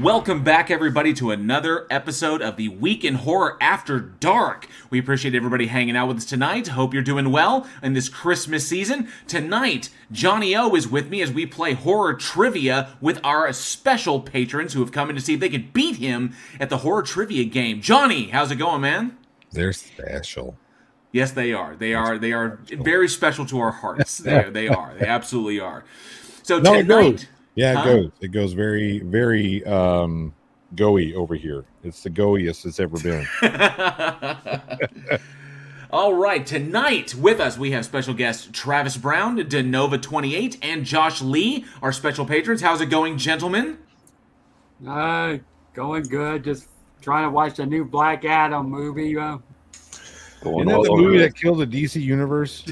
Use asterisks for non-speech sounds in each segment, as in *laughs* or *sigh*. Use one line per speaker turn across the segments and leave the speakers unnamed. Welcome back, everybody, to another episode of the Week in Horror After Dark. We appreciate everybody hanging out with us tonight. Hope you're doing well in this Christmas season. Tonight, Johnny O is with me as we play horror trivia with our special patrons who have come in to see if they could beat him at the horror trivia game. Johnny, how's it going, man?
They're special.
Yes, they are. They are. They are very special to our
*laughs*
hearts. They, they are. They absolutely are. So
No, it
tonight,
goes. Yeah, it
Huh?
goes. It goes very, very um goey over here. It's the goeiest it's ever been.
All right, tonight with us we have special guests Travis Brown, Denova28, and Josh Lee, our special patrons. How's it going,
*laughs*
gentlemen?
Uh, going good. Just trying to watch the new Black Adam movie. Uh,
Isn't that the movie that killed the DC universe?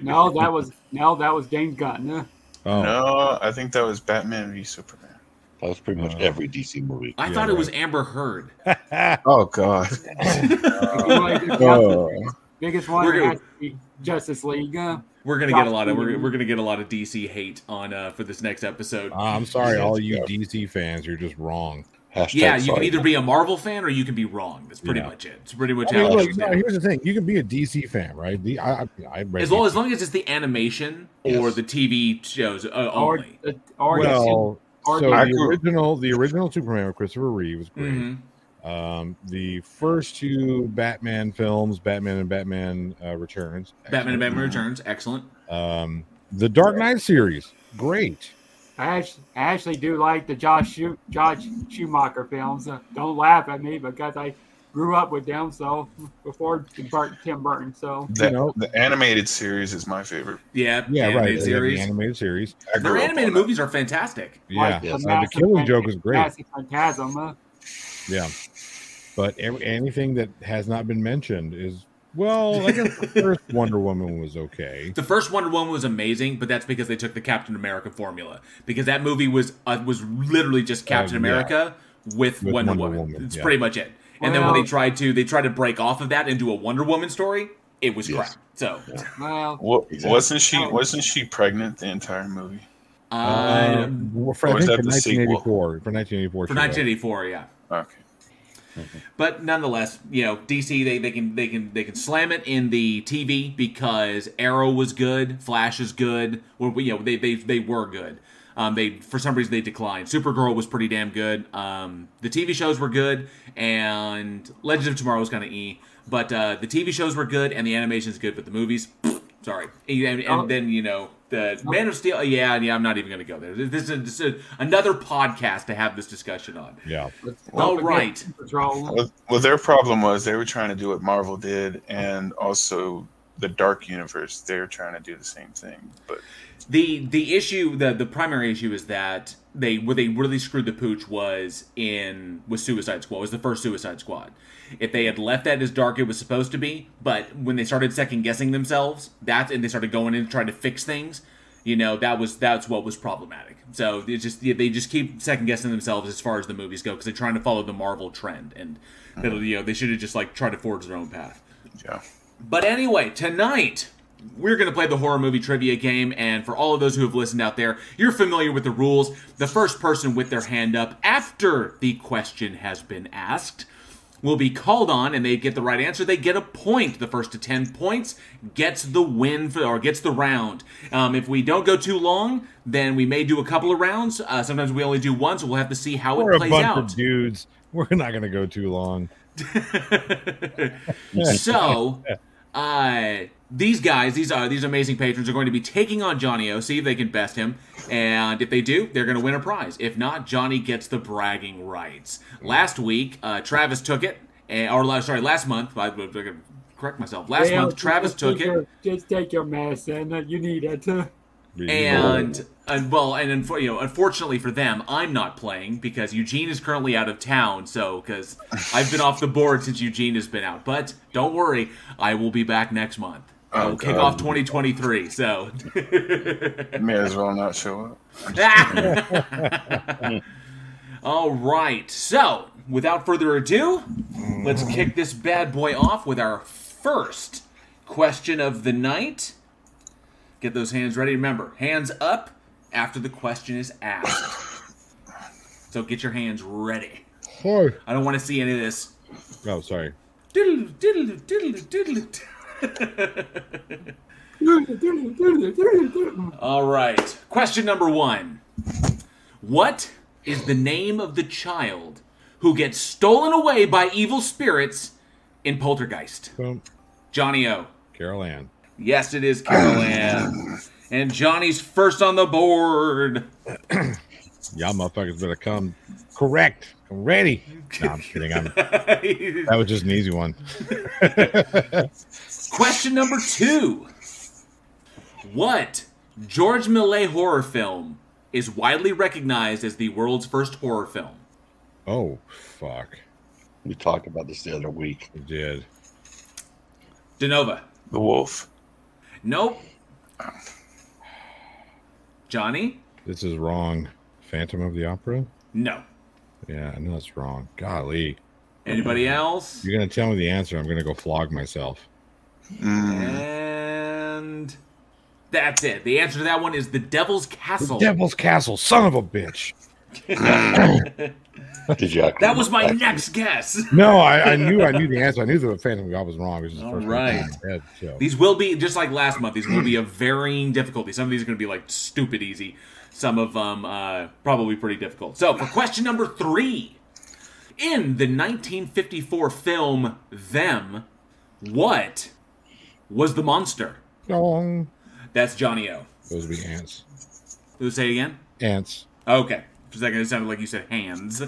no, that was no, that was James Gunn. Uh,
Oh,
No, I think that was Batman v Superman.
That was pretty much
Uh,
every DC movie.
I
Yeah,
thought it was
right.
Amber Heard.
Oh
*laughs*
God.
Oh.
biggest one
We're-
has to be Justice League. Uh,
We're gonna get a lot of we're, we're gonna get a lot of DC hate on uh, for this next episode.
I'm sorry, all you DC fans, you're just wrong.
Hashtag
yeah, you can
sorry.
either be a Marvel fan or you can be wrong. That's pretty
Yeah.
much it. It's pretty much
I
how
mean,
it
look,
goes
no,
down.
here's the thing: you can be a DC fan, right? The I, I, I read
as long as long as it's the animation or
Yes.
the TV shows uh,
or,
only.
uh, or
well, so
or-
the
or-
original, the original Superman with Christopher Reeve was great.
Mhm.
Um, the first two Batman films, Batman and Batman uh, Returns,
Batman and
excellent.
Batman Returns, excellent.
Um, the Dark Knight series, great.
I actually, I actually do like the Josh Schu- Josh Schumacher films. Uh, don't laugh at me because I grew up with them. So before Tim Burton, Tim Burton so
The,
know.
the animated series is my favorite.
Yeah,
Yeah,
animated
right. they have the
series.
animated series.
I
Their
grew up
animated
on that.
movies are fantastic.
Yeah,
like
yes.
Uh, the
Massive
Killing
Phan-
Joke is great.
Massive Phantasm. Uh,
Yeah, but every, anything that has not been mentioned is well. I guess
*laughs*
the first Wonder Woman was okay.
The first Wonder Woman was amazing, but that's because they took the Captain America formula. Because that movie was uh, was literally just Captain
yeah.
America with,
With
Wonder,
Wonder
Woman.
Woman,
It's
yeah.
pretty much it. And then when
Well-
they tried to they tried to break off of that and do a Wonder Woman story, it was
Yes.
crap. So
well,
Wa-
Exactly.
Wasn't she?
Oh.
Wasn't she pregnant the entire movie?
uh,
Um, well, for, I
or Oh, is
think
that
for
the sequel?
1984, for 1984,
for
she was.
1984, yeah.
Okay.
But nonetheless, you know, DC they, they can they can they can slam it in the TV because Arrow was good, Flash is good, or you know they they, they were good. Um, they for some reason they declined. Supergirl was pretty damn good. Um, the TV shows were good, and Legends of Tomorrow was kind of e. But uh, the TV shows were good, and the animation's good, but the movies, *sniffs* sorry. And, and- and
Oh.
then you know the Man of Steel. Yeah, yeah. I'm not even going to go there. This is, this is another podcast to have this discussion on.
Yeah,
let's don't
All
forget
right.
Patrol.
Well, well, their problem was they were trying to do what Marvel did, and also the Dark Universe. They're trying to do the same thing, but
the the issue the the primary issue is that they where they really screwed the pooch was in was Suicide Squad was the first Suicide Squad. If they had left that as dark it was supposed to be, but when they started second guessing themselves, that's and they started going in and trying to fix things, you know that was that's what was problematic. So it's just yeah, they just keep second guessing themselves as far as the movies go because they're trying to follow the Marvel trend and that'll you know they should have just like tried to forge their own path.
yeah.
But anyway, tonight we're going to play the horror movie trivia game. And for all of those who have listened out there, you're familiar with the rules. The first person with their hand up after the question has been asked will be called on and they get the right answer they get a point the first to 10 points gets the win for, or gets the round um, if we don't go too long then we may do a couple of rounds uh, sometimes we only do one so we'll have to see how
we're
it
a
plays
bunch
out
of dudes. *laughs* We're not going to go too long.
so, uh, these guys, these are these amazing patrons, are going to be taking on Johnny O. See if they can best him, and if they do, they're going to win a prize. If not, Johnny gets the bragging rights. Last week, uh, Travis took it, and, or la- sorry, last month. I, I gotta correct myself. Last
Yeah,
month, Travis
just
took
take
it.
your- Just take your medicine. Uh, You need it.
*laughs*
Uh,
and and well, and unfor- you know, unfortunately for them, I'm not playing because Eugene is currently out of town. So, because I've been off the board since Eugene has been out. But don't worry, I will be back next month. I will
Oh,
kick
God.
off 2023. So,
May as well not show up.
Ah! *laughs* all right. So, without further ado, let's kick this bad boy off with our first question of the night. Get those hands ready. Remember, hands up after the question is asked. So get your hands ready.
Oh,
I don't want to see any of this.
oh, sorry.
Diddle, diddle, diddle, diddle. All right. Question number one What is the name of the child who gets stolen away by evil spirits in Poltergeist?
Boom.
Johnny O.
Carol Ann.
Yes, it is Carol Ann. And Johnny's first on the board. *laughs*
Y'all motherfuckers better come correct. I'm ready. No, I'm kidding. I'm, that was just an easy one.
Question number two. What George Millet horror film is widely recognized as the world's first horror film?
Oh, fuck.
We talked about this the other week.
It did.
DeNova.
The Wolf.
Nope. Johnny?
This is wrong. Phantom of the Opera?
No.
Yeah, I know that's wrong. Golly.
Anybody else?
You're going to tell me the answer. I'm going to go flog myself.
Mm.
And that's it. The answer to that one is The Devil's
The
Castle.
Devil's Castle, son of a bitch.
Did
*laughs*
you?
that was my next guess.
No, I, I knew I knew the answer. I knew the Phantom of the Opera was wrong. It was just the
All
first one that came
right.
to my head, so.
These will be just like last month. These will be of varying difficulty. Some of these are going to be like stupid easy. Some of them uh, probably pretty difficult. So for question number three, in the 1954 film *Them*, what was the monster?
Dong.
That's Johnny O.
Those would be ants.
Who say it again?
Ants.
Okay, for a second it sounded like you said
*laughs*
hands.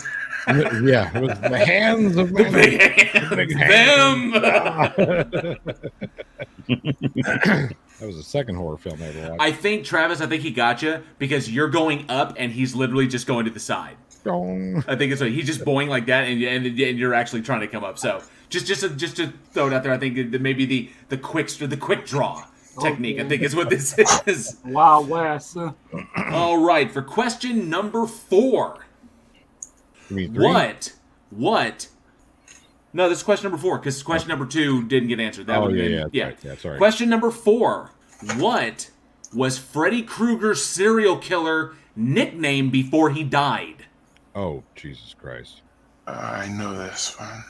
yeah, it was the hands of man. Big *laughs* hands.
Them.
That was the second horror film I ever watched.
I think Travis. I think he got you because you're going up and he's literally just going to the side.
Dong.
I think it's like he's just boing like that, and, and and you're actually trying to come up. So just just to, just to throw it out there, I think that maybe the the quick the quick draw technique. I think is what this is.
*laughs*
Wild West. Uh,
All right, for question number four,
You mean three?
what what? No, this is question number four because question number two didn't get answered. That
Oh,
would
yeah,
been,
yeah, that's right, yeah, sorry.
Question number four: What was Freddy Krueger's serial killer nickname before he died?
Oh, Jesus Christ.
I know this one.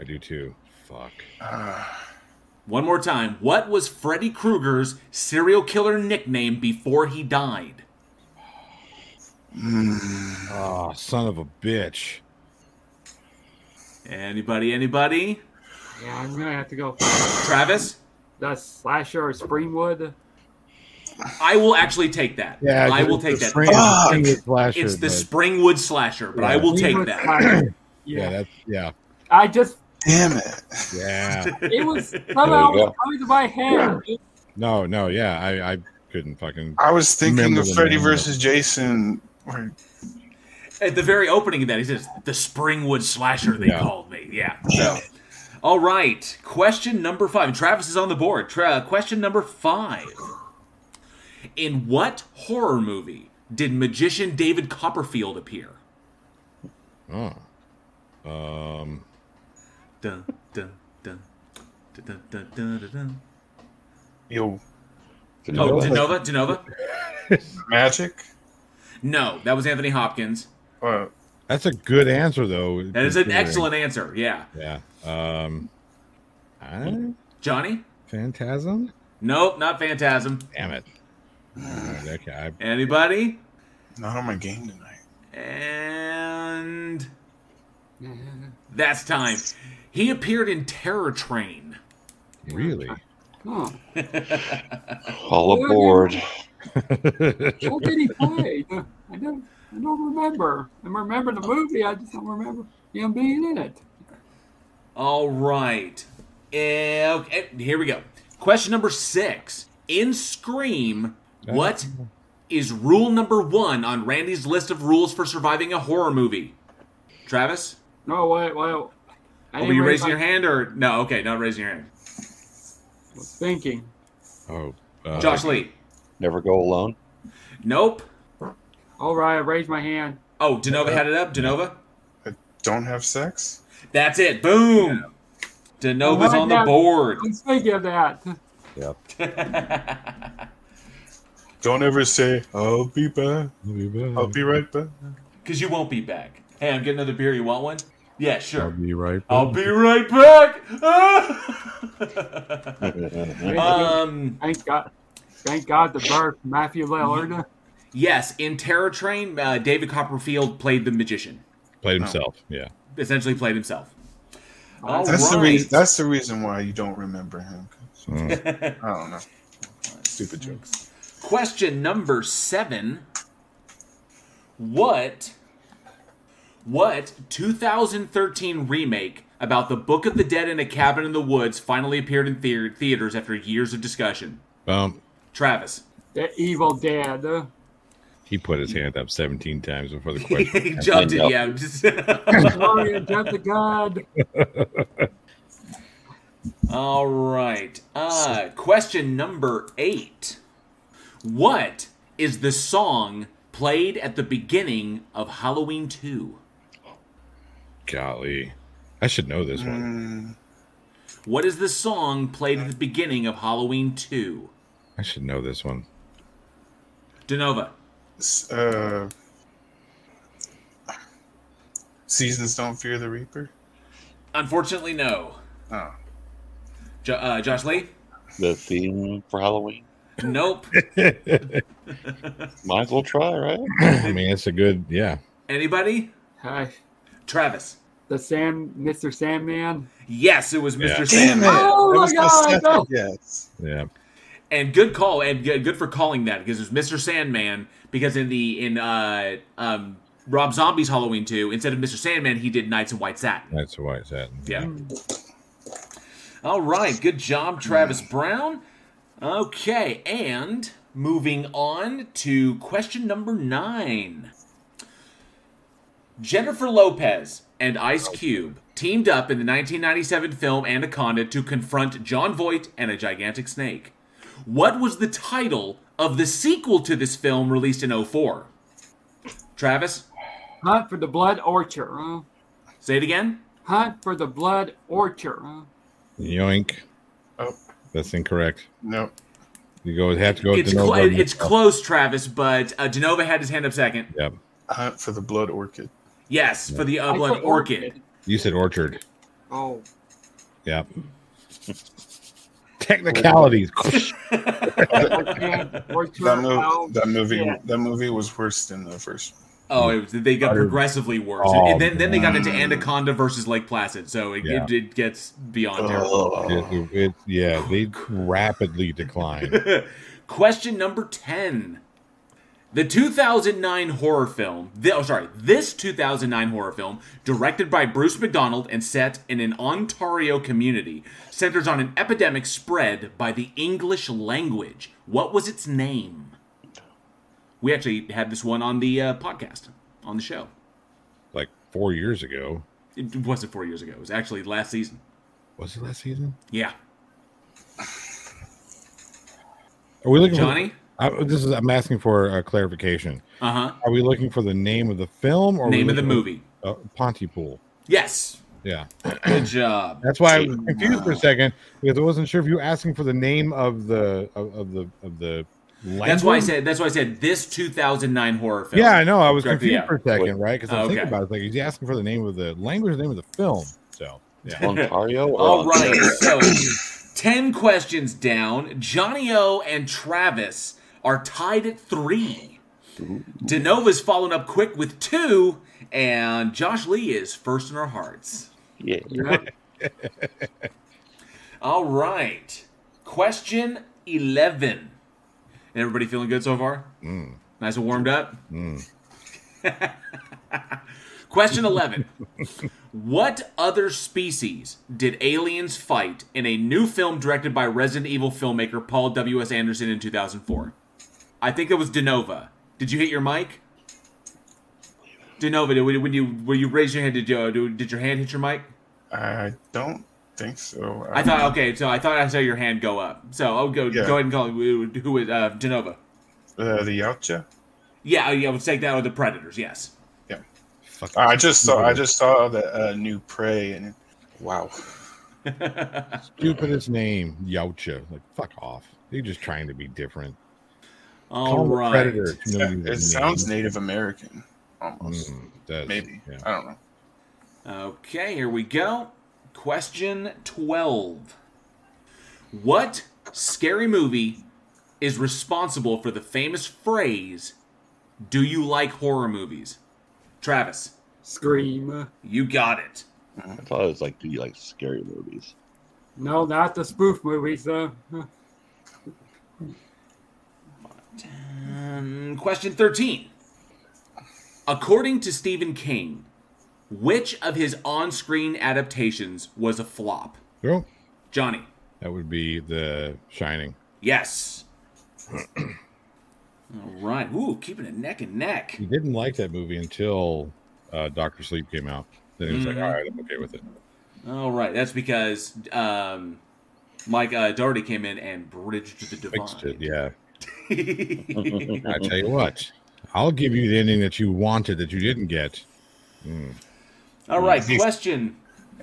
I do too. Fuck.
One more time. What was Freddy Krueger's serial killer nickname before he died?
Ah, son of a bitch.
Anybody? Anybody?
yeah, I'm gonna have to go.
Travis,
The slasher of Springwood.
I will actually take that.
Yeah,
I
it's
will
the
take that.
Spring-
Fuck!
Spring with Flasher,
it's the
but-
Springwood slasher, but I
Yeah.
will take
Springwood
that.
slasher.
Yeah,
yeah.
that's yeah,
I just
Damn it.
yeah.
it
*laughs*
was somehow
go.
coming to my head.
no, no, yeah. I I couldn't fucking.
I was thinking
Remember
of
the
Freddy
name of it.
versus Jason. Or,
At the very opening of that, he says, "The Springwood slasher." They
Yeah.
called me. Yeah. So, all right. Question number five. Travis is on the board. Tra- uh, question number five. In what horror movie did magician David Copperfield appear?
Oh. Um.
Dun, dun, dun. Dun, dun, dun, dun, dun, dun.
yo,
Oh,
Denova.
Denova, Denova.
magic?
No, that was Anthony Hopkins.
Uh,
That's a good answer though.
That is an
considering-
excellent answer. Yeah,
Yeah. Um. I,
Johnny.
Phantasm.
Nope, not Phantasm.
Damn it. Alright, okay. I,
Anybody?
not on my game tonight.
And that's time. He appeared in Terror Train.
really. *laughs*
Huh.
All aboard.
What did he play? I don't, I don't remember. I remember the movie. I just don't remember him being in it.
All right. Eh, okay, here we go. Question number six. In Scream, what is rule number one on Randy's list of rules for surviving a horror movie? Travis?
No, wait, well,
Oh, were
I didn't
you
raise
raising your
my-
hand or no? Okay, not raising your hand.
was thinking.
Oh. Uh,
Josh Lee.
Never go
*laughs*
alone.
Nope.
All right, I raised my hand.
Oh, Denova had it up. Denova.
Don't have sex?
That's it. Boom. Denova's on the
Yeah.
board.
I'm thinking of that.
Yeah.
*laughs*
*laughs*
Don't ever say, I'll be back.
I'll be back.
I'll be right back.
because you won't be back. Hey, I'm getting another beer. You want one? Yeah,
I'll
sure.
be right.
I'll
back.
be right back. Ah! *laughs* um.
Thank God. Thank God the birth, Matthew Lillard.
Yes, in Terror Train, uh, David Copperfield played the magician.
played himself.
*laughs*
Yeah.
Essentially, played *laughs* himself.
Oh,
All
That's the reason.
right.
That's the reason why you don't remember him.
Mm.
I don't know. Stupid jokes.
Question number seven. What what 2013 remake about the Book of the Dead in a Cabin in the Woods finally appeared in theater, theaters after years of discussion?
Um,
Travis.
The Evil Dead. uh,
he put his hand up 17 times before
*laughs*
the question.
he jumped it,
Yep.
yeah. just- *laughs*
Glory and death to God.
All right. Uh, question number eight. What is the song played at the beginning of Halloween 2?
Golly, I should know this one.
Mm,
What is the song played at the beginning of Halloween 2?
I should know this one.
Denova.
s- uh, seasons don't fear the reaper.
Unfortunately, no.
Oh,
Jo- uh, Josh Lee?
*laughs*
the theme for Halloween.
Nope.
I
Might as well try, right?
*laughs*
mean, it's a good, yeah.
Anybody?
Uh,
Travis.
the Sam, Mr. Sandman.
Yes, it was Mr.
Yeah.
damn it!
Sandman.
Oh
That
my
was
God,
second
no.
Yes.
Yeah.
And good call, and good good for calling that because it was Mr. Sandman. Because in the in uh um Rob Zombie's Halloween two, instead of Mr. Sandman, he did Knights in White Satin.
That's why it's at.
Yeah. All right, good job, Travis Brown. Okay, and moving on to question number nine. Jennifer Lopez and Ice Cube teamed up in the 1997 film Anaconda to confront John Voight and a gigantic snake. What was the title of the sequel to this film released in 04? Travis,
Hunt for the Blood Orchard. uh,
say it again.
Hunt for the Blood Orchard. uh,
Yoink.
Oh.
That's incorrect.
Nope.
You go have to go
It's,
to
clo-
Nova.
it's close, Travis, but uh, Genova had his hand up second.
Yep.
Hunt for the blood orchid.
Yes, for the
I
Upland
put
Orchid.
You said orchard.
*laughs*
Oh,
Yep. *laughs* Technicalities.
Orchard. Orchard.
That, mov-
oh,
that movie.
yeah.
That movie was worse than the first. one.
*laughs* oh, it was, they got progressively worse.
Oh,
and then, then they got into
man.
Anaconda versus Lake Placid, so it,
Yeah.
it, it gets
Oh,
beyond terrible.
It- it- it- yeah, they rapidly decline.
Question number 10. The 2009 horror film, the, oh, sorry, this 2009 horror film, directed by Bruce McDonald and set in an Ontario community, centers on an epidemic spread by the English language. What was its name? We actually had this one on the uh, podcast, on the show.
Like four years ago.
It wasn't four years ago, it was actually last season.
Was it last season?
Yeah.
Are we looking
Johnny?
For, I, this is. I'm asking for uh, clarification.
Uh huh.
Are we looking for the name of the film or are we
Name of the
looking for-
movie.
Uh, Pontypool.
Yes.
Yeah,
Good job.
that's why I was confused for a second because I wasn't sure if you were asking for the name of the of, of the of the. Language.
That's why I said. That's why I said this 2009 horror film.
Yeah, I know. I was
Correct,
confused
yeah.
for a second, right? Because I'm
Oh,
thinking
okay.
about it. Like, is he asking for the name of the language, or the name of the film? So, yeah.
Ontario. or
All right.
Ontario?
So, ten questions down. Johnny O and Travis are tied at three. Denova's following up quick with two, and Josh Lee is first in our hearts.
Yeah.
yeah.
All right. Question eleven. Everybody feeling good so far?
Mm,
Nice and warmed up.
mm.
*laughs* Question 11. what other species did aliens fight in a new film directed by Resident Evil filmmaker Paul W.S. Anderson in 2004? I think that was DeNova. Did you hit your mic? DeNova, did, when you when you raised your hand, did you, did- did your hand hit your mic?
I don't think so. Um,
I thought okay, so I thought I saw your hand go up. So I'll go
Yeah.
go ahead and call who is uh, DeNova.
uh, the Yautja.
Yeah, oh, yeah, I would say that or the Predators. Yes. *laughs*
Fuck.
I just saw. I just saw the uh, new prey and. Wow.
stupidest name, Yautja. Like, fuck off. They're just trying to be different.
All
Call
right.
him a predator. It's no
It
name.
sounds Native American. almost.
Mm, that's-
Maybe.
yeah.
I don't know.
Okay, here we go. Question 12. What scary movie is responsible for the famous phrase, Do you like horror movies? Travis,
Scream.
you got it.
I thought it was like, do you like scary movies?
No, not the spoof movies. Uh,
Um, question 13. According to Stephen King, which of his on screen adaptations was a flop?
Well,
Johnny,
that would be the Shining. *clears throat*
yes. All right. Ooh, keeping it neck and neck.
He didn't like that movie until uh, Doctor Sleep came out. Then he was
Mhm.
like, "All right, I'm okay with it."
All right, that's because um, Mike uh, Doherty came in and bridged the
Fixed it.
divide.
Yeah.
Yeah.
I tell you what, I'll give you the ending that you wanted that you didn't get. Mm.
*laughs* All
*laughs*
right, question.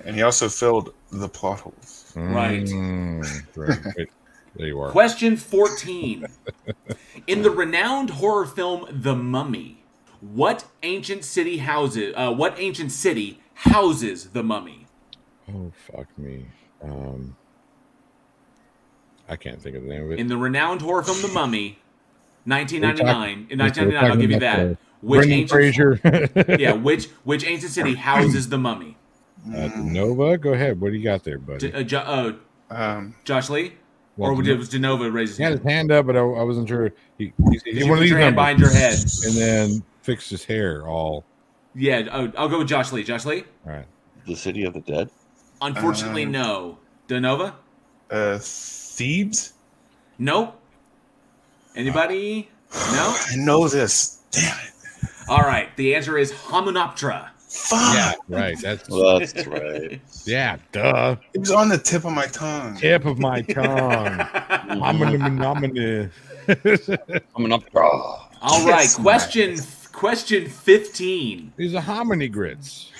And he also filled the plot holes.
Right.
Mm.
*laughs*
Right. Wait, there you are.
Question 14. In the renowned horror film The Mummy, what ancient city houses uh, what ancient city houses the mummy?
Oh fuck me. Um, I can't think of the name of it.
In the renowned horror film The Mummy, 1999, in
we're
1999 I'll give you
talking about
that. Which
Brendan
ancient *laughs*
Fraser.
Yeah, which which ancient city houses the mummy?
*laughs* Uh,
Mm,
Nova, go ahead. What do you got there, buddy?
D- uh, jo- uh,
mm.
Um,
Josh Lee?
Well,
or was it was DeNova raises
he
his
had
hand?
his hand up, but I, I wasn't sure. He, he, he,
You
one of
put
these
your hand
numbers,
behind your head.
and then fixed his hair all.
Yeah, oh, I'll go with Josh Lee. Josh Lee?
All right.
The City of the Dead?
Unfortunately,
Um,
no. DeNova?
uh, Thebes?
Nope. Anybody? No?
I know this. Damn it.
All right. The answer is Homunoptera.
Fuck.
Yeah,
*laughs*
right. That's
Well, that's right.
yeah. Duh.
It was on the tip of my tongue.
Tip of
*laughs*
my tongue. I'm a nomina.
I'm an up. Oh,
All right.
Yes,
question question 15.
These are hominy grits.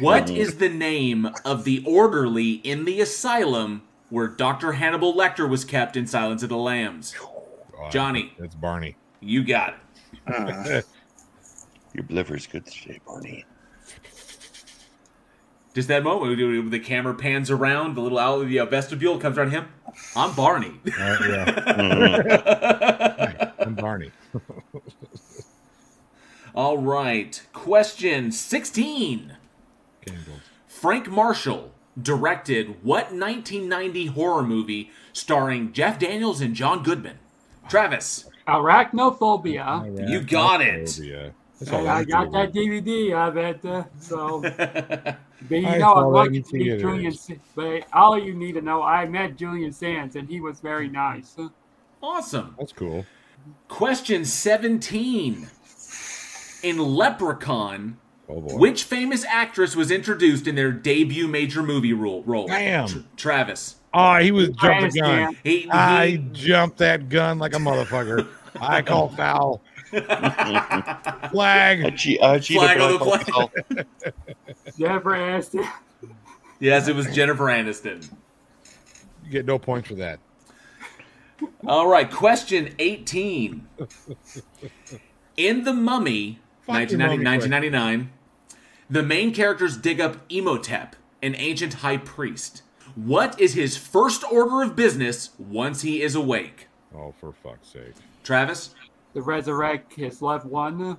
What is the name of the orderly in the asylum where Dr. Hannibal Lecter was kept in Silence of the Lambs?
Oh,
Johnny.
That's Barney.
You got it.
Uh,
your liver's good today,
*laughs*
Barney.
Just that moment, when the camera pans around, the little out the uh, vestibule comes around him. I'm Barney. *laughs*
Uh, yeah,
Mhm.
I'm Barney.
All right. Question 16.
Campbell.
Frank Marshall directed what 1990 horror movie starring Jeff Daniels and John Goodman? Travis, *laughs*
arachnophobia.
You got it.
Phobia. That's all
And I got
do.
that DVD of it. Uh, so.
you
But you
I saw
know, I'm
that
lucky
in
to meet
theaters.
Julian. Sa- But all you need to know, I met Julian Sands, and he was very nice.
awesome.
That's cool.
Question 17. In Leprechaun,
Oh boy.
which famous actress was introduced in their debut major movie role? role?
Damn.
Tr- Travis.
oh, he was jumped the
Understand.
gun.
He,
I jumped that gun like a motherfucker. I
*laughs*
call foul.
I
Flag.
che- I cheated,
Flag
but I
on the
called
flag.
foul.
Jennifer Aniston.
he- yes, it was Jennifer Aniston.
You get no points for that.
All right, question 18. In The Mummy,
Fuck
1990
your mummy
1999, the main characters dig up Emotep, an ancient high priest. What is his first order of business once he is awake?
Oh, for fuck's sake.
Travis,
*laughs* to resurrect his loved one.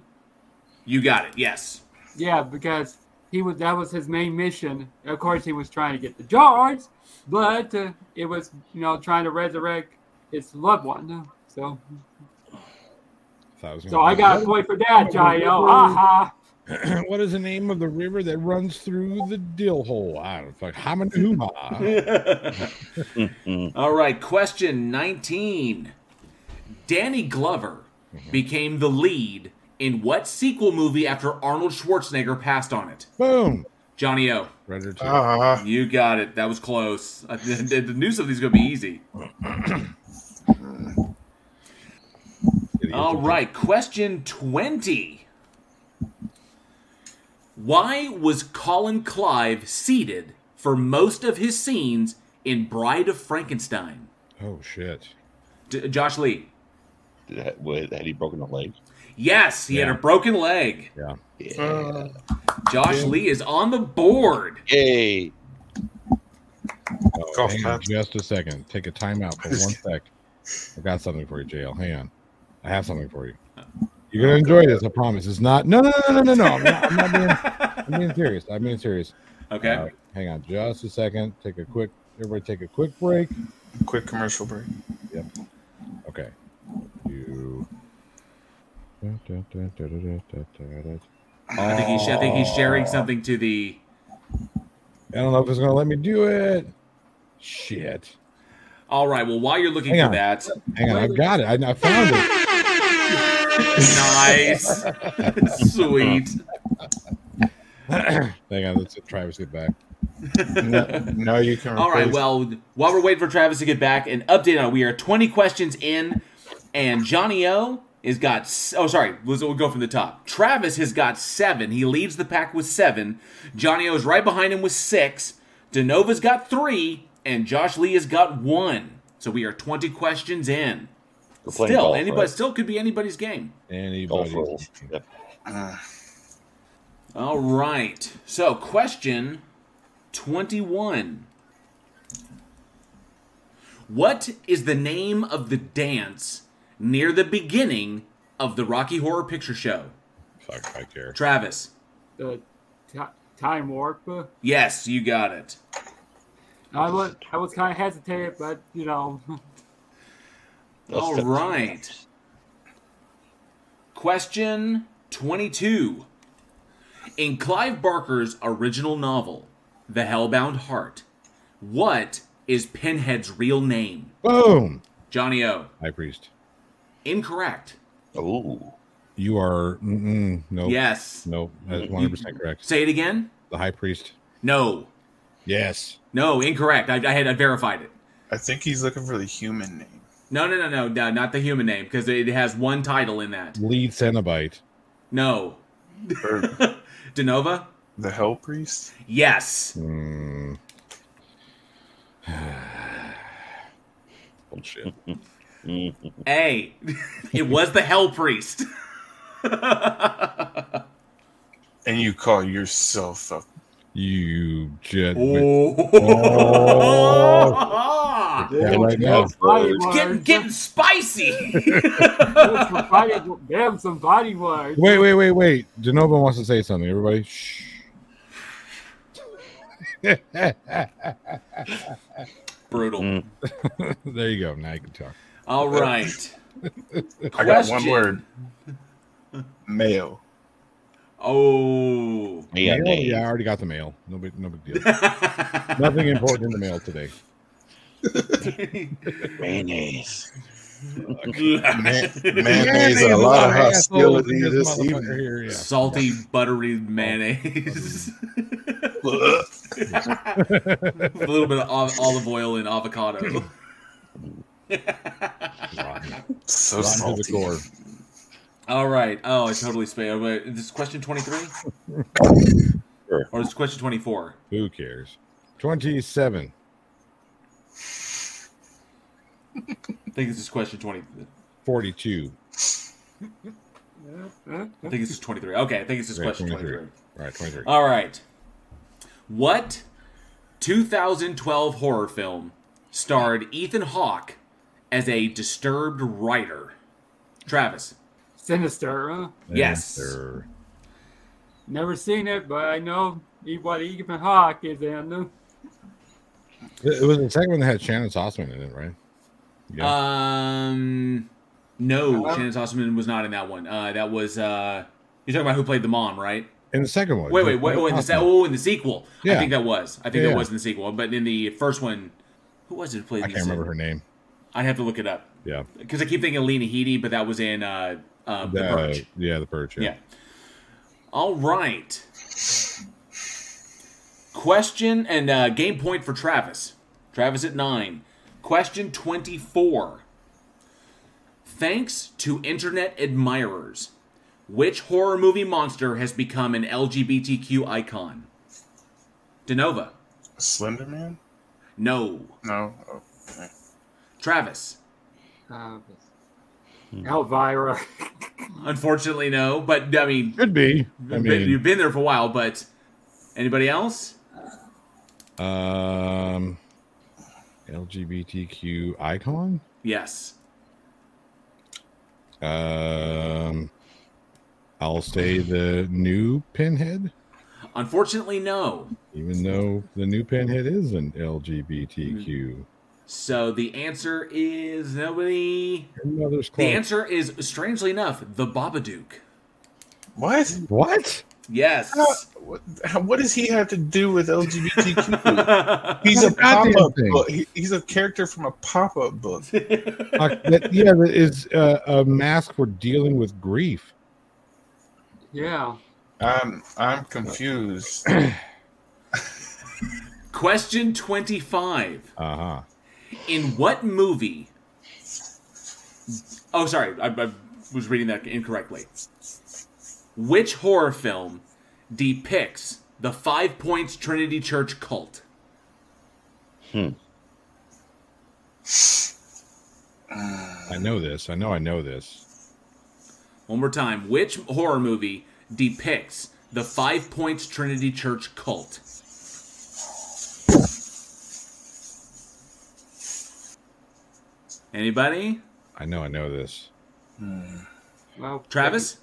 you got it. Yes.
Yeah, because he was that was his main mission. Of course, he was trying to get the jars, but uh, it was you know trying to resurrect his loved one. So,
Thought was
so
gonna
I
be-
got a point for that, Jayo. Aha!
*clears throat* what is the name of the river that runs through the dill hole? I don't fuck. Hamanuma.
*laughs* All right, question 19. Danny Glover became the lead in what sequel movie after Arnold Schwarzenegger passed on it?
Boom.
Johnny O.
Predator two.
ah,
You got it. That was close. I- The, the news of these going to be easy.
Idiot.
All right. Question 20. Why was Colin Clive seated for most of his scenes in Bride of Frankenstein?
Oh shit.
D- Josh Lee.
Did, had he broken a leg?
Yes, he had a broken leg.
Yeah.
Oh,
Josh
Yeah.
Lee is on the board.
Yay.
Oh,
Golf
hang on
clap.
just a second. Take a timeout for one sec. I got something for you, JL. Hang on. I have something for you. You're gonna enjoy this, I promise. It's not. No, no, no, no, no, no. I'm not, I'm not being. I'm being serious. I'm being serious.
*laughs* okay.
Uh, hang on, just a second. Take a quick. Everybody, take a quick break.
Quick commercial
*laughs*
break.
Okay. You. I
I think he's I think
Oh.
he's sharing something to the
don't know if it's gonna let me do it. Shit.
All right, well while you're looking
Hang
for
on.
that, *laughs*
Hang on, I've got it. I, I found it.
nice.
*laughs*
Sweet.
Hang on, let's let Travis get back.
No, now you can.
All right.
replace-
Well, while we're waiting for Travis to get back, an update on we are 20 questions in, and Johnny O has got. s- Oh, sorry. Let's, we'll go from the top. Travis has got seven. He leads the pack with seven. Johnny O is right behind him with six. Denova's got three, and Josh Lee has got one. So we are 20 questions in.
We're playing
Still,
golf,
anybody.
right?
Still could be anybody's game.
Anybody?
Golf rules. Yep.
Uh,
All right. So, question 21. What is the name of the dance near the beginning of the Rocky Horror Picture Show?
Fuck, I care.
Travis.
The ti time warp. uh,
Yes, you got it.
I was I was kind of hesitant, but you know,
That's
All
fifteen.
right. Question 22. In Clive Barker's original novel, The Hellbound Heart, what is Pinhead's real name?
Boom.
Johnny O.
High priest.
Incorrect.
Oh,
You are. Mm-mm, nope.
Yes.
Nope. That's one hundred percent correct.
Say it again.
The high priest.
No.
Yes.
No, incorrect. I, I had I verified it.
I think he's looking for the human name.
No, no, no, no, no, not the human name because it has one title in that.
Lead Cenobite.
No. *laughs*
Or
Denova?
the Hell Priest?
Yes.
*sighs* Mm.
bullshit. Mm-hmm.
A. *laughs* it was the Hell Priest. *laughs*
And you call yourself a.
You jet.
oh.
Yeah, right now.
body
It's
words.
getting getting spicy. *laughs*
Those were body, damn, some body words.
Wait, wait, wait, wait. Denovo wants to say something. Everybody, shh. *laughs*
Brutal.
Mm.
there you go. Now you can talk.
All right.
I got one
Question.
word. Mayo.
Oh. *laughs*
Yeah,
Mail?
nay.
yeah, I already got the mail. No big, no big deal. Nothing important in the mail today.
Mayonnaise.
Mayonnaise and a lot of hostility this evening.
Here, yeah.
Salty, buttery mayonnaise. a little bit of ol- olive oil and avocado. *laughs*
Rotten to
So
the
salty.
core.
All right. Oh, I totally spayed. Wait, Is this question 23?
Sure.
Or is this question 24?
Who cares? 27.
I think this is question 20.
42.
Uh,
I
uh,
think this is 23. Okay, I think it's this
Yeah,
question
23.
23.
All right, 23.
All right. What 2012 horror film starred Ethan Hawke as a disturbed writer? Travis.
Sinister. Huh?
yes.
There.
Never seen it, but I know he- what Ethan Hawke is in. uh,
It it was the second one that had Shannon Sossman in it, right? Yeah.
Um, no,
Hello?
Shannon Sossaman was not in that one. Uh, that was uh, you're talking about who played the mom, right?
and the second one.
Wait, wait, wait, oh, in the se- oh, in the sequel. I
Yeah.
think that was. I think
Yeah,
that
yeah.
was in the sequel. But in the first one, who was it who played?
I
Miss
can't remember
Sin?
her name.
I'd have to look it up
Yeah.
because I keep thinking Lena Headey, but that was in uh, uh, the
That-
Purge.
Yeah, the Purge.
Yeah. All right. Question and uh, game point for Travis. Travis at nine. Question 24. Thanks to internet admirers, which horror movie monster has become an LGBTQ icon? Denova.
Slender Man?
No.
No. Oh, okay.
Travis.
Uh, Elvira. *laughs*
Unfortunately, no. But I mean,
Could be. I
you've been,
mean,
you've been there for a while. But anybody else?
um, LGBTQ icon.
Yes.
Um, I'll say the new Pinhead,
Unfortunately, no.
even though the new Pinhead is an LGBTQ.
So the answer is nobody.
Your mother's
The
clothes.
answer is strangely enough the Babadook.
What?
What?
Yes.
What, what does he have to do
*laughs*
with LGBTQ? He's
Not
a
a goddamn
pop-up
thing.
book. He, he's a character from a pop-up book.
Uh, that- yeah, that is uh, a mask for dealing with grief.
Yeah.
I'm I'm
*clears throat*
confused.
*laughs* Question 25.
Uh huh.
In what movie? Oh, sorry. I, I was reading that incorrectly. Which horror film depicts the Five Points Trinity Church cult?
I know this. I know. I know this.
One more time. Which horror movie depicts the Five Points Trinity Church cult? Anybody?
I know. I know this.
Well,
Travis?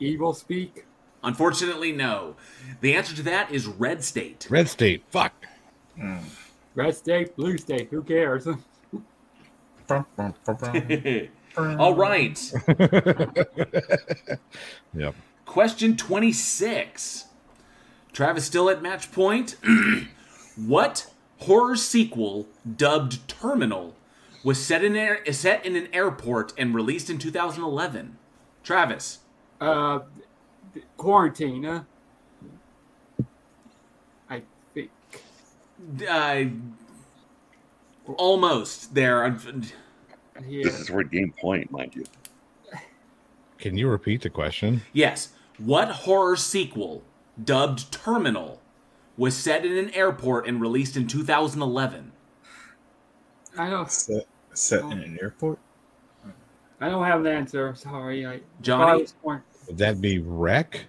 Evil speak.
Unfortunately, no. The answer to that is Red State.
*laughs* Red State. Fuck.
Red state, blue state. Who cares?
All right.
Yep.
Question 26. Travis still at match point. *clears throat* what horror sequel dubbed Terminal was set in air, is set in an airport and released in 2011? Travis.
Uh, quarantine. Huh? I think.
Uh, almost there. I'm-
Yeah.
This is where game point, mind you.
Can you repeat the question?
Yes. What horror sequel dubbed Terminal was set in an airport and released in 2011?
I don't.
set, set in an airport.
I don't have an answer. Sorry. I,
Johnny?
Quarant-
Would that be wreck?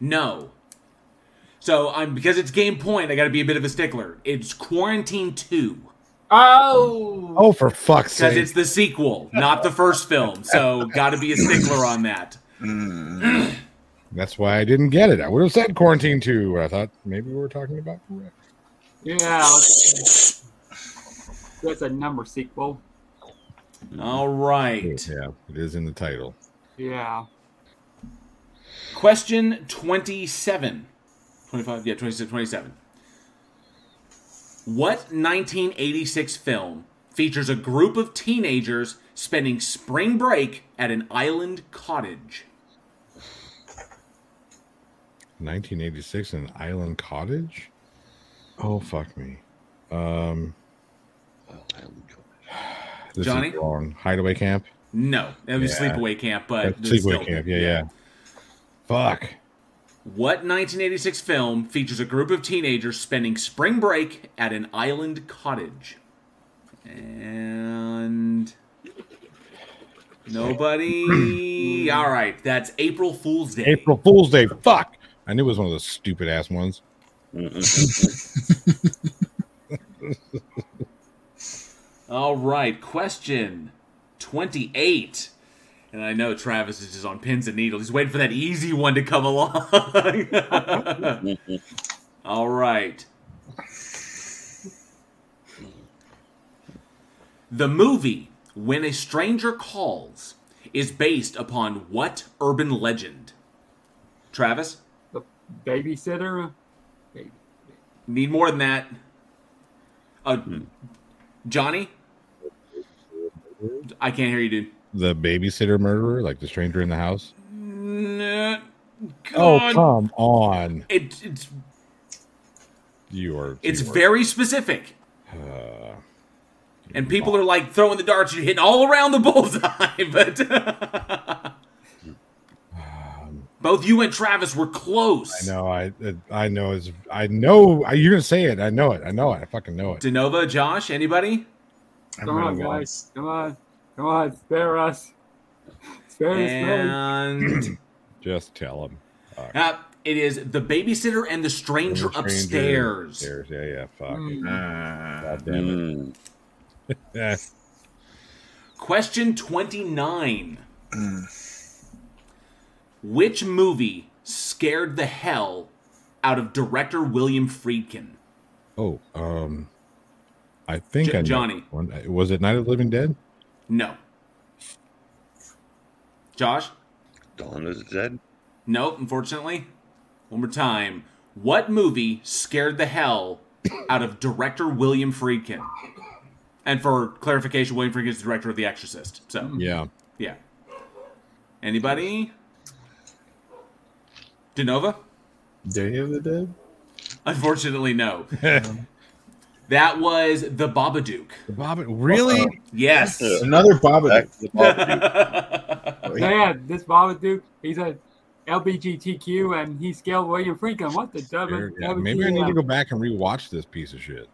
No. So I'm because it's game point. I got to be a bit of a stickler. It's Quarantine Two
Oh.
Oh, for fuck's
because
sake!
it's the sequel, not the first film. So got to be a stickler on that.
Mm.
That's why I didn't get it. I would have said quarantine too. I thought maybe we were talking about wreck.
Yeah. That's a number sequel.
All right.
Yeah, it is in the title.
Yeah.
Question 27. 25, yeah, 26, 27. What 1986 film features a group of teenagers spending spring break at an island cottage?
1986 in Island Cottage. Oh fuck me. Um,
Oh,
this
Johnny?
is wrong. Hideaway Camp.
No, that was
Yeah.
sleepaway Uh, camp, but
That's
it's
Sleepaway
still-
Camp. Yeah, yeah. Fuck.
What 1986 film features a group of teenagers spending spring break at an island cottage? And nobody. All right, that's April Fool's Day.
April Fool's Day. Fuck. I knew it was one of those stupid ass ones.
All right, question 28. And I know Travis is just on pins and needles. He's waiting for that easy one to come along. *laughs* All right. The movie When a Stranger Calls is based upon what urban legend? Travis,
The babysitter. Baby.
need more than that. Uh, Johnny? I can't hear you, dude.
The babysitter murderer, like the stranger in the house.
Nah,
Oh,
God.
come on.
It, it's
You are.
it's
you are-
very specific.
Uh,
And people are like throwing the darts and hitting all around the bullseye, *laughs* but *laughs* both you and Travis were close.
Um, I know. I I know. It's, I know. I, you're gonna say it. I know it. I know it. I fucking know it.
Denova, Josh, anybody?
I'm
Come on,
really
guys. Come on. Come on. Spare us. Fairness, fairness.
And
Just tell him.
*clears throat* uh, it is the babysitter and the stranger, upstairs.
upstairs. Yeah, yeah. Fuck. it.
Mm.
Mm.
God damn it.
Mm.
Eh,
Question 29. Which movie scared the hell out of director William Friedkin?
oh, um, I think
J-
I know
Johnny.
that One. Uh, Was it Night of the Living Dead?
No. Josh?
Dawn is dead.
Nope, unfortunately. One more time. What movie scared the hell out of director William Friedkin? And for clarification, William Friedkin is the director of The Exorcist. So,
*laughs* Yeah.
yeah. Anybody? DeNova?
Day of the Dead.
Unfortunately, no. that was The Babadook.
Bob, really?
Yes.
Another Babadook.
Back to the
*laughs*
Babadook.
So yeah, this Baba Duke, he's a LBGTQ and he scaled William Freakin. What the
There-
W?
yeah, Maybe I need to go back and rewatch this piece of shit.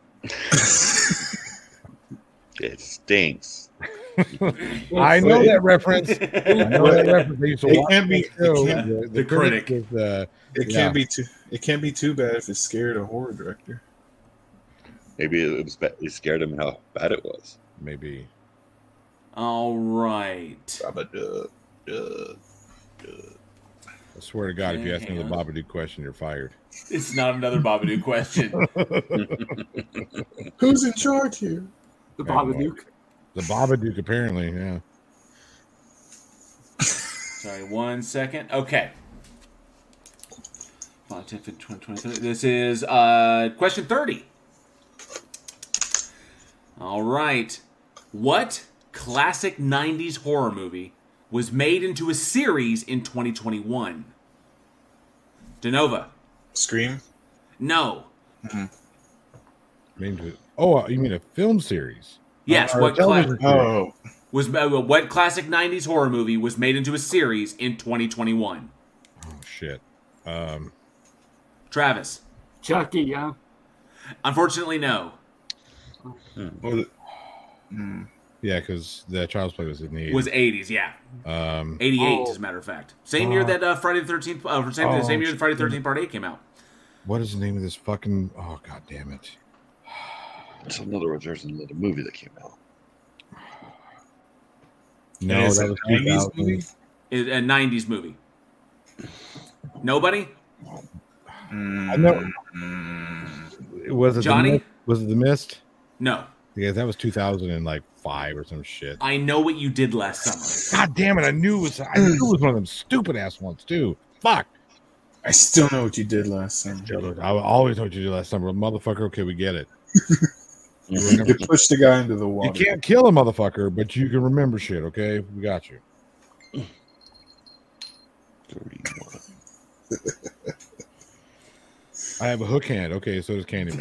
it stinks.
I know that reference. *laughs* I know that
Well,
reference. I used to
it
watch
can't be-
that show.
it can't-
the,
The
critic.
Critic.
is, uh,
It
Yeah.
can't be too. It can't be too bad if it scared a horror director.
Maybe it was bad. It scared him how bad it was.
maybe.
*laughs* All right.
Babadook. Duh.
I swear to God, if you ask me the
Yeah.
Babadook question, you're fired.
It's not another Babadook question.
Who's in charge here?
the Baba Duke.
The Babadook, apparently. Yeah.
Sorry, one second. Okay. 5, 10, 15, 20, 20, 30. This is uh, question 30. All right. What classic 90s horror movie was made into a series in 2021? DeNova.
Scream.
No.
Means it- oh, uh, you mean a film series?
Yes,
Or a
what,
television
cla-
series.
Oh,
was, uh, what classic 90s horror movie was made into a series in 2021?
Oh, shit. Um,
Travis.
Chucky, yeah.
Unfortunately, no.
well, mm,
yeah, because the Child's Play was in the 80s.
Was 80s, yeah.
um,
88
Oh.
as a matter of fact same year that uh, friday the 13th uh, same,
Oh,
same year that friday the
shit.
13th part 8 came out
what is the name of this fucking? Oh, god damn it!
It's another. There's another movie that came out.
No,
it's
that
a
was
90s
2000.
movie?
It- a 90s movie nobody
mm,
I know.
mm.
Mm-hmm.
Was it
Johnny?
The Mist? Was it the Mist?
no
Yeah, that was 2005 or some shit.
i know what you did last
*laughs*
summer
God damn it! I knew it was. I knew it was one of them stupid ass ones too. Fuck!
I still know what you did last summer.
I always told you to do last summer, motherfucker. Okay, we get it. You
Mhm.
remember-
You pushed the guy into the
You
water.
can't kill a motherfucker, but you can remember shit. Okay, we got you.
Thirty-one.
I have a hook hand. Okay, so
*laughs*
does Candyman.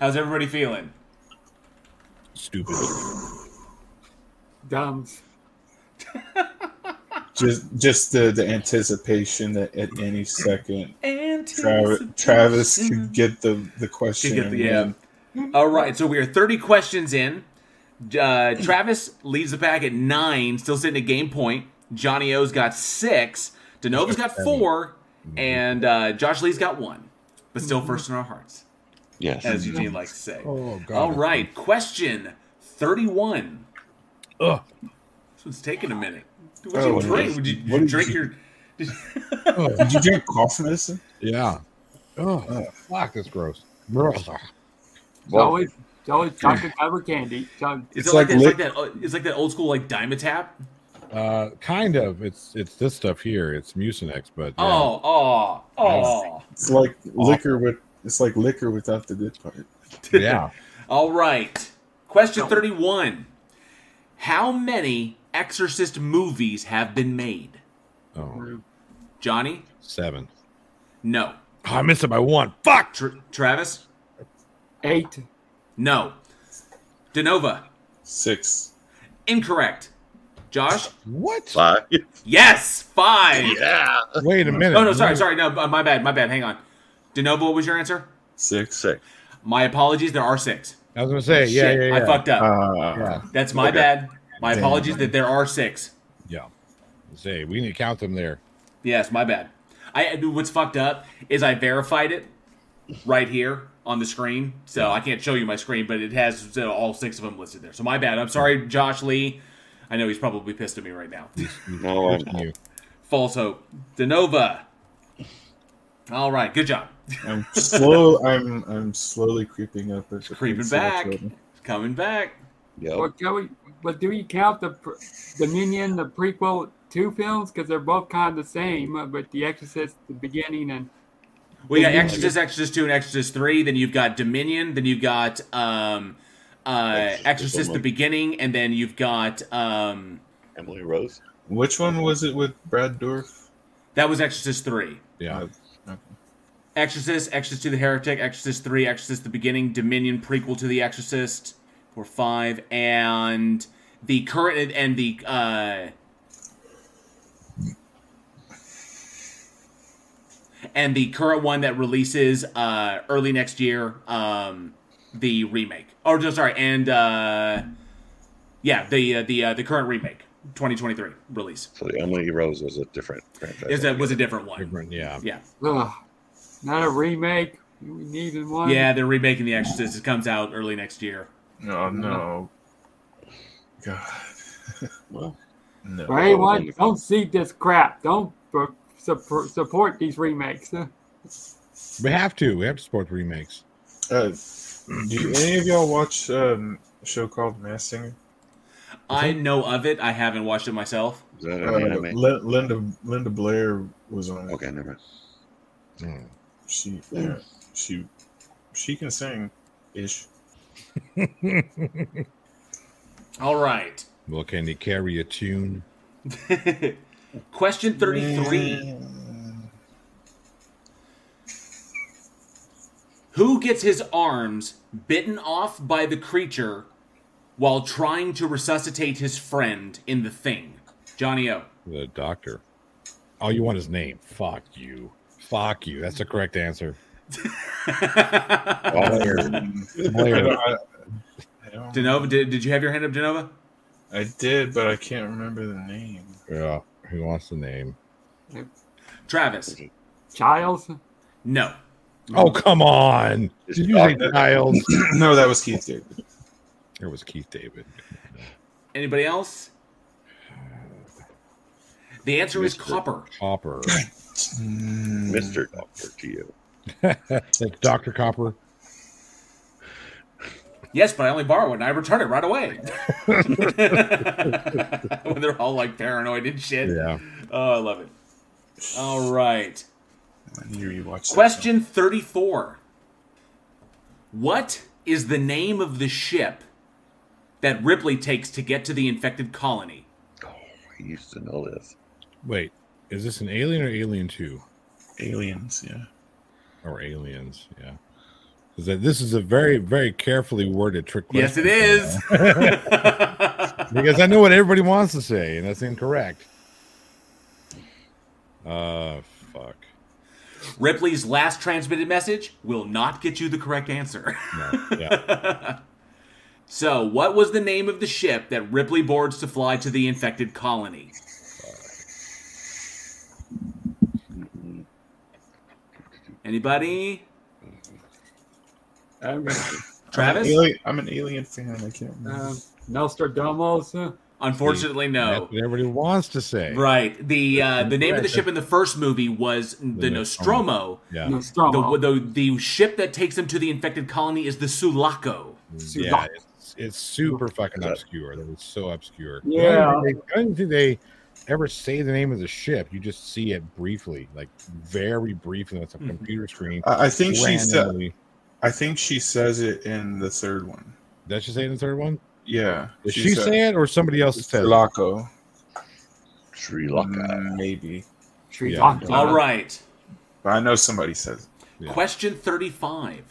how's everybody feeling
Stupid.
Dumbs.
Just, just the, the anticipation that at any second
and
Travis, Travis could get the the question.
Should get the-
and
yeah. All right, so we are 30 questions in. Uh, Travis leads the pack at nine, still sitting at game point. Johnny O's got six. DeNova's got four. And uh, Josh Lee's got one. But still first in our hearts,
Yes.
as
Mm-hmm.
Eugene likes to say.
Oh god.
All right, question 31.
Ugh.
This one's taking a minute. What
Oh,
you
what
drink?
is-
Did you, did you
what did
drink
you-
your.
Did you drink cough medicine?
Yeah. Oh, fuck, that's gross. Ugh.
It's always,
*laughs*
it's always chocolate covered candy. Chuck-
It's,
It's
like,
like
that, it's, like that, it's like that old school like Dimetap.
Uh, kind of. It's it's this stuff here. It's Mucinex, but yeah.
Oh, oh, oh.
It's like liquor with it's like liquor without the good part.
*laughs* yeah.
All right. Question 31. How many Exorcist movies have been made?
Oh,
Johnny?
seven.
No.
Oh, I missed it by one. Fuck.
Tr- Travis?
Eight.
No. DeNova?
Six.
Incorrect. Josh?
What?
*laughs* Five.
Yes! Five!
Yeah.
Wait a minute.
Oh, no, sorry, sorry. No, uh, my bad, my bad. Hang on. DeNova, what was your answer?
Six.
Six.
My apologies. There are six.
I was gonna say, yeah,
Shit,
yeah, yeah.
I fucked up.
Uh,
yeah.
That's my
okay.
bad. My
Damn.
apologies that there are six.
yeah. Say we need to count them there.
Yes, my bad. I what's fucked up is I verified it right here on the screen, so I can't show you my screen, but it has uh, all six of them listed there. So my bad. I'm sorry, Josh Lee. I know he's probably pissed at me right now. *laughs*
No, I'm
You.
False hope. Denova. All right, good job.
I'm slow. *laughs* I'm I'm slowly creeping up. as a
Creeping
pizza
back.
children.
Coming back.
Yep.
But, can we, but do you count the pr- the Minion, the prequel, two films because they're both kind of the same? uh, But The Exorcist, the beginning, and
Well, you got
Mhm.
Exorcist, Exorcist two, and Exorcist three. Then you've got Dominion. Then you've got um, uh,
Exorcist,
Exorcist the
almost.
beginning, and then you've got um,
Emily Rose.
Which one was it with Brad Dorf?
that was Exorcist three.
Yeah.
Exorcist, Exorcist to the Heretic, Exorcist 3, Exorcist the Beginning, Dominion prequel to the Exorcist or 5 and the current and the uh and the current one that releases uh early next year um the remake. Oh, no, sorry, and uh yeah, the uh, the uh, the current remake 2023 release.
So the Emily Rose was a different franchise.
Is that was a different one.
Different, yeah.
Yeah.
ugh, not a remake. We needed one.
Yeah, they're remaking The Exorcist. It comes out early next year.
No, no. God,
Well,
*laughs* no.
For anyone, don't see this crap. Don't for, support, support these remakes. Uh,
We have to. We have to support the remakes.
Uh, do any of y'all watch um, a show called Mass Singer?
I know of it. I haven't watched it myself.
is that
Uh,
an anime?
Lin- Linda Linda Blair was on. it.
Okay, never mind.
Mm.
She yeah, she she can sing, ish.
All right.
Well, can you carry a tune?
*laughs* Question 33 Who gets his arms bitten off by the creature while trying to resuscitate his friend in the thing? Johnny O.
The doctor. Oh, you want his name? Fuck you. Fuck you. That's the
*laughs*
correct answer.
Blair.
Um, I,
Blair.
don't- I- I don't-
Denova, did, did you have your hand up, Denova?
I did, but I can't remember the
*clears throat*
name.
Yeah. Who wants the name?
Travis.
Childs.
No.
Oh, come on. Did you say Giles?
no, that was Keith David.
*laughs* There was Keith David.
Anybody else? The answer is
Mr.
copper.
Copper. Mm.
Mr. Doctor to you.
*laughs* Like Dr. Copper.
Yes, but I only borrow it and I return it right away. when they're all like paranoid and shit.
Yeah.
Oh, I love it. All right.
I need to rewatch. that
Question 34 What is the name of the ship that Ripley takes to get to the infected colony?
Oh, I used to know this.
Wait. Is this an alien or alien 2?
film. Aliens, yeah.
Or aliens? Yeah. Is that this is a very, very carefully worded trick question.
Yes, it is.
because I know what everybody wants to say, and that's incorrect. Uh, fuck.
*laughs* Ripley's last transmitted message will not get you the correct answer.
No, yeah.
So, what was the name of the ship that Ripley boards to fly to the infected colony? Anybody?
Um,
Travis?
Alien- I'm an alien fan. I can't remember.
*laughs*
um, Nostradamus. uh,
Unfortunately, *laughs* no.
That's what everybody wants to say.
Right. The uh, the name of the ship in the first movie was the Nostromo.
Yeah.
The,
Nostromo.
the the ship that takes them to the infected colony is the Sulaco.
*laughs*
Yeah. It's, it's super fucking obscure. It's so obscure.
Yeah.
I don't think they- I don't think they ever say the name of the ship. You just see it briefly, like very briefly. It's a
Mhm.
computer screen.
I, I think she said.
Randomly.
I think she says it in the third one.
Did she say it in the third one?
Yeah.
Did she, say it or somebody else said it?
Laco.
Sri Lanka.
Mm, Maybe.
Tree
yeah.
doctor.
All right.
But I know somebody says it.
Yeah.
Question thirty five.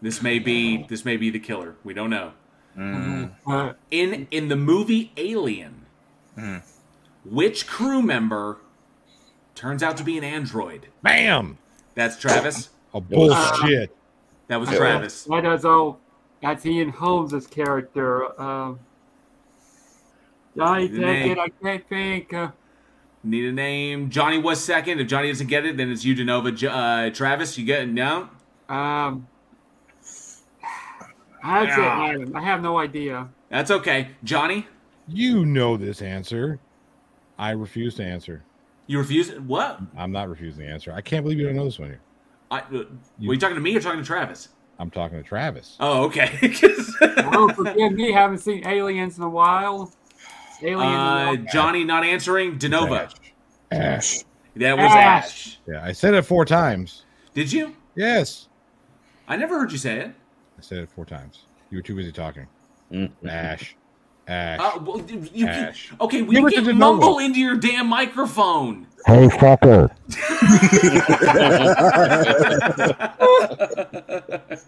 This may be this may be the killer. We don't know.
Mm.
Uh,
In in the movie Alien,
Hmm.
which crew member turns out to be an android?
Bam!
That's Travis.
A bullshit.
That was
Yeah.
Travis.
that is all That's Ian Holmes' character. Um, Johnny
His name.
Depp, I can't think. Uh,
Need a name. Johnny was second. If Johnny doesn't get it, then it's you, Denova. J- Uh, Travis, you get it? No?
um, I'd say
Yeah.
Ireland. I have no idea.
That's okay. Johnny,
You know this answer. I refuse to answer.
you refuse? What?
I'm not refusing to answer. I can't believe you don't know this one here.
I, uh, were you talking to me or talking to Travis?
I'm talking to Travis.
Oh, okay. *laughs* 'Cause-
Oh, forgive me. Haven't seen Aliens in a while. Alien.
uh, Johnny not answering. Denova.
Ash.
That was Ash.
Ash.
Yeah, I said it four times.
Did you?
Yes,
I never heard you say it.
I said it four times. You were too busy talking.
Mm.
Ash, Ash.
Uh, well, you, you can,
Ash.
okay,
Give
we
it to
can
Denova.
mumble into your damn microphone.
Hey, fucker!
Uh,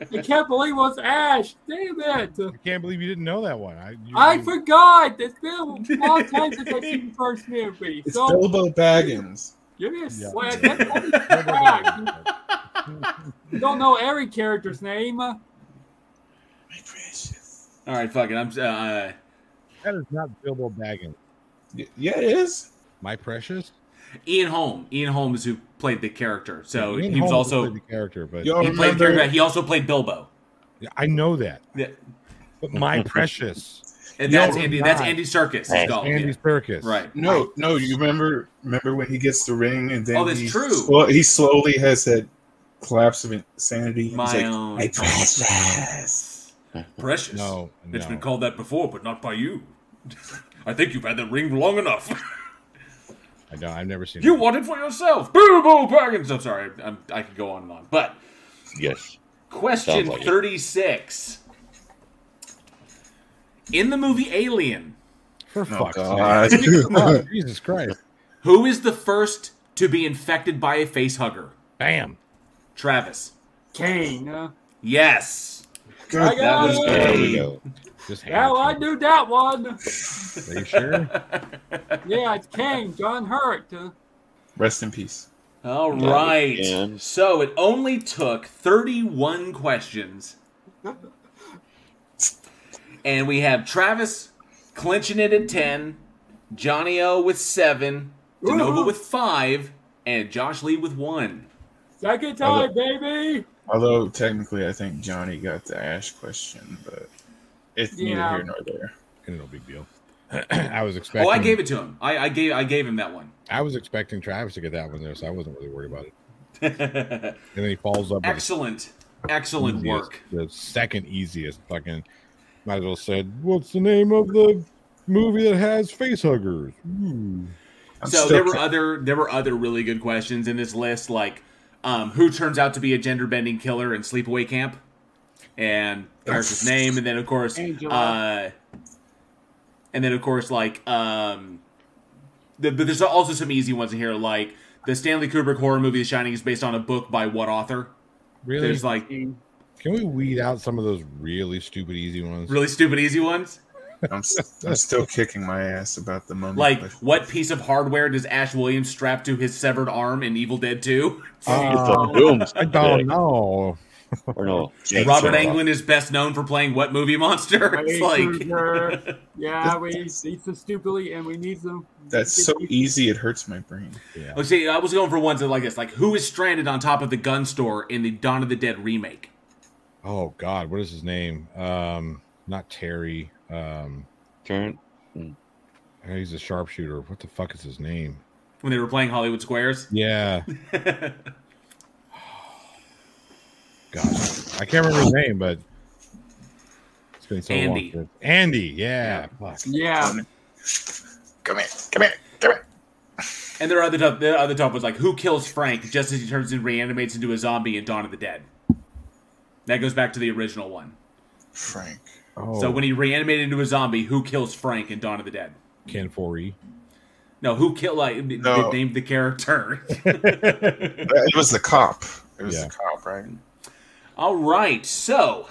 I can't believe it was Ash. Damn it.
I can't believe you didn't know that one. I, you,
Hmm.
I forgot. It's been a
*laughs*
long time since I've seen the first movie.
It's
So
Bilbo Baggins.
give me a
Yeah.
sweat. That's all this crap. You don't know every character's name.
My precious.
All right, fuck it. I'm. Uh,
That is not Bilbo Baggins.
Y- Yeah, it is.
My precious.
Ian Holm. Ian Holm is who played the character. So
Ian
he was
Holm
also
played the character, but
Yo.
he played the
Remember-
character. He also played Bilbo.
Yeah, I know that.
Yeah.
But
*laughs*
my precious,
And
Yo,
that's Andy. That's
nice.
Andy Circus.
Nice.
It's called.
Andy
Oh, Yeah.
Serkis.
Right.
No, no. You remember? Remember when he gets the ring and then
Oh, that's
he,
true.
Well, he slowly has that collapse of insanity. and
My
he's like,
own.
My precious.
Precious.
No, no.
It's been called that before, but not by you. *laughs* I think you've had that ring long enough. *laughs*
I know. I've never seen.
you
it.
want it for yourself. Bilbo Baggins. I'm sorry. I'm, I could go on and on. But
Yes.
Question
Sounds like it.
36. In the movie Alien,
for
Oh,
fuck's
God.
sake. Oh, Jesus Christ!
who is the first to be infected by a facehugger?
Bam.
Travis.
Kane. Uh,
Yes.
I got
was
it.
good.
There we go.
Just hand
Hell,
it
I
to
knew that one.
him. Are you sure?
Yeah, it's Kane. John Hurt. Uh,
Rest in peace.
All
Yeah,
right.
and-
So it only took 31 questions. And we have Travis clinching it at 10, Johnny O with 7, Denova
Woohoo.
with 5, and Josh Lee with 1.
second time, baby.
Although technically, I think Johnny got the Ash question, but it's
Yeah.
neither here nor there.
And no big deal. *clears throat* I was expecting.
Oh, I gave it to him. I, I gave I gave him that one.
I was expecting Travis to get that one there, so I wasn't really worried about it. And then he follows up with
excellent,
the,
excellent
easiest-
work.
the second easiest fucking. Might as well said, "What's the name of the movie that has facehuggers?" Hmm.
I'm
so
still
there were
ca-
other there were other really good questions in this list, like um, who turns out to be a gender bending killer in Sleepaway Camp, and character's name, and then of course,
Angela.
uh, and then of course, like, um, the, but there's also some easy ones in here, like the Stanley Kubrick horror movie The Shining is based on a book by what author?
Really?
There's like
Kane.
Can we weed out some of those really stupid easy ones?
really stupid easy ones.
I'm, s- I'm still kicking my ass about the mummy.
Like,
question.
what piece of hardware does Ash Williams strap to his severed arm in Evil Dead 2?
Uh,
Boom.
I don't know.
Or no.
Jake
Robert
Robert
Sorrell.
Englund is best known for playing what movie monster? *laughs* It's
Freddy
like,
Krueger. yeah, we need some stupidly, and we need some.
That's so easy. It hurts my brain.
Yeah.
let's see, I was going for ones that like this, like who is stranded on top of the gun store in the Dawn of the Dead remake?
Oh God, what is his name? Um, not Terry. Um, oh,
Turn.
he's a sharpshooter. What the fuck is his name?
When they were playing Hollywood Squares, *laughs*
Yeah.
it
Gosh, I can't remember his name, but it's been so
Andy.
long. Andy, yeah. Fuck.
Yeah,
Come here. Come here. Come here.
and there are other tough, the other tough ones like who kills Frank just as he turns and reanimates into a zombie in Dawn of the Dead. That goes back to the original one.
Frank.
Oh,
So when he reanimated into a zombie, who kills Frank in Dawn of the Dead?
Ken Foree.
No, who killed like
No.
named the character? *laughs*
It was the cop. It was
Yeah.
the cop, right?
All right, so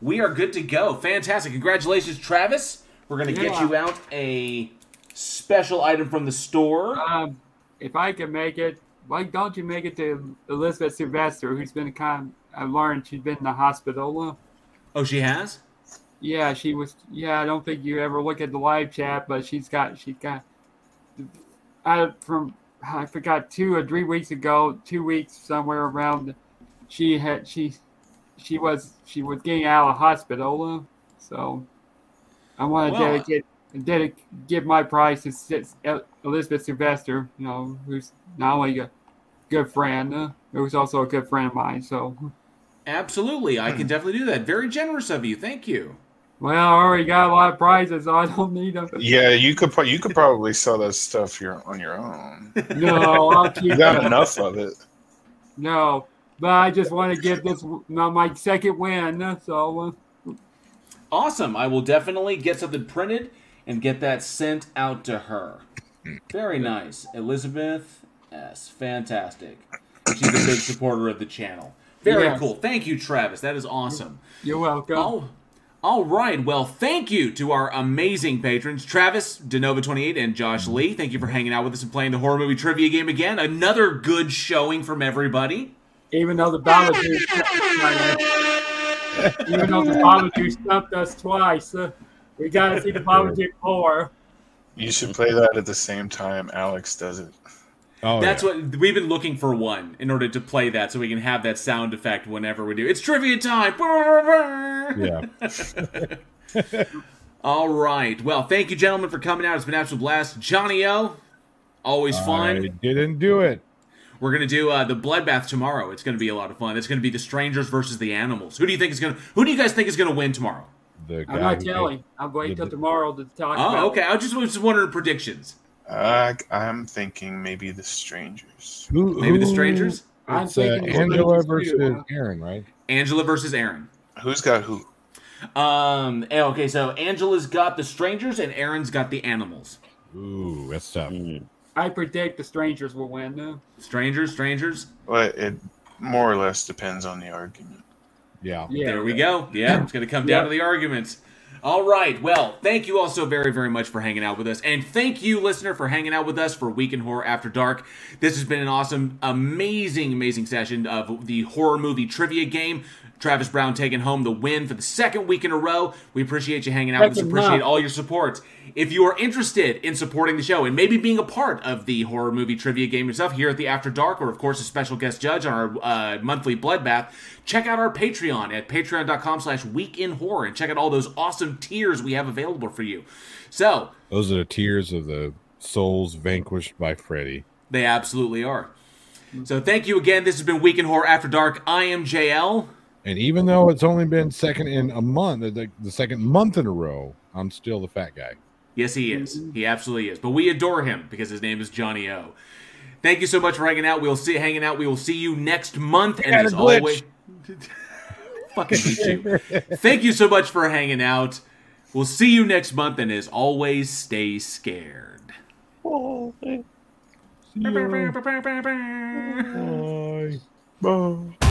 we are good to go. Fantastic. Congratulations, Travis. We're going to get
Yeah.
you out a special item from the store.
um, if I can make it, why don't you make it to Elizabeth Sylvester, who's been kind? Of, I learned she's been in the hospital.
Oh, she has.
Yeah, she was. Yeah, I don't think you ever look at the live chat, but she's got she got. I from I forgot two or three weeks ago, two weeks somewhere around. She had she, she was she was getting out of hospital, uh, so I want to
Well, I-
dedicate dedic- give my prize to Sis- El- Elizabeth Sylvester, you know, who's not only a good friend, uh, who's also a good friend of mine. So,
Absolutely, I can definitely do that. Very generous of you. Thank you.
well, I already got a lot of prizes, so I don't need them.
Yeah, you could pro- you could probably sell that stuff your, on your own.
No, I'll keep
You got
them.
enough of it.
No, but I just want to get this my, my second win. So uh,
Awesome. I will definitely get something printed and get that sent out to her. Very nice. Elizabeth S. Fantastic. She's a big supporter of the channel. Very
Yes.
cool. Thank you, Travis. That is awesome.
you're welcome.
Oh, all right. Well, thank you to our amazing patrons, Travis, DeNova28, and Josh Lee. Thank you for hanging out with us and playing the horror movie trivia game again. Another good showing from everybody.
Even though the Babadook, even though the Babadook stumped us twice, uh, we got to see the Babadook more.
You should play that at the same time Alex does it.
Oh,
That's
yeah.
what we've been looking for one in order to play that so we can have that sound effect whenever we do. It's trivia time.
Yeah.
All right. Well, thank you, gentlemen, for coming out. It's been an absolute blast. Johnny O, always fun.
I didn't do it.
We're gonna do uh, the bloodbath tomorrow. It's gonna be a lot of fun. It's gonna be the strangers versus the animals. Who do you think is gonna? Who do you guys think is gonna win tomorrow?
The
I'm
guy
not
who
telling. I'm waiting till
the-
tomorrow to talk about
Oh,
it.
okay. I just was just wondering predictions.
Uh, I'm thinking maybe the strangers.
made- Who,
Maybe the
who-
strangers.
I'm
It's uh,
thinking the
Angela
Strangers
versus
too.
Aaron, right?
Angela versus Aaron.
Who's got who?
Um. eh, Okay. So Angela's got the strangers and Aaron's got the animals.
Ooh, that's tough.
Mm.
I predict the strangers will win. uh,
Strangers. Strangers.
Well, it more or less depends on the argument.
Yeah.
Yeah.
There we go. Yeah, it's going to come down to the arguments. All right. Well, thank you all so very, very much for hanging out with us. And thank you, listener, for hanging out with us for Week in Horror After Dark. This has been an awesome, amazing, amazing session of the horror movie trivia game. Travis Brown taking home the win for the second week in a row. We appreciate you hanging out with us.
Second
Appreciate
month.
all your support. If you are interested in supporting the show and maybe being a part of the horror movie trivia game yourself here at the After Dark, or of course a special guest judge on our uh, monthly bloodbath, check out our Patreon at patreon.com/slash Week in Horror and check out all those awesome tiers we have available for you. So
Those are the tears of the souls vanquished by Freddy.
they absolutely are. So thank you again. This has been Week in Horror After Dark. I am JL.
And even though it's only been second in a month, the, the second month in a row, I'm still the fat guy.
Yes, he is.
Mm-hmm.
He absolutely is. But we adore him because his name is Johnny O. Thank you so much for hanging out. We'll see hanging out. We will see you next month. And
had
as
a glitch. *laughs*
always, fucking hate you. Thank you so much for hanging out. We'll see you next month. And as always, stay scared.
See ya. Bye.
Bye.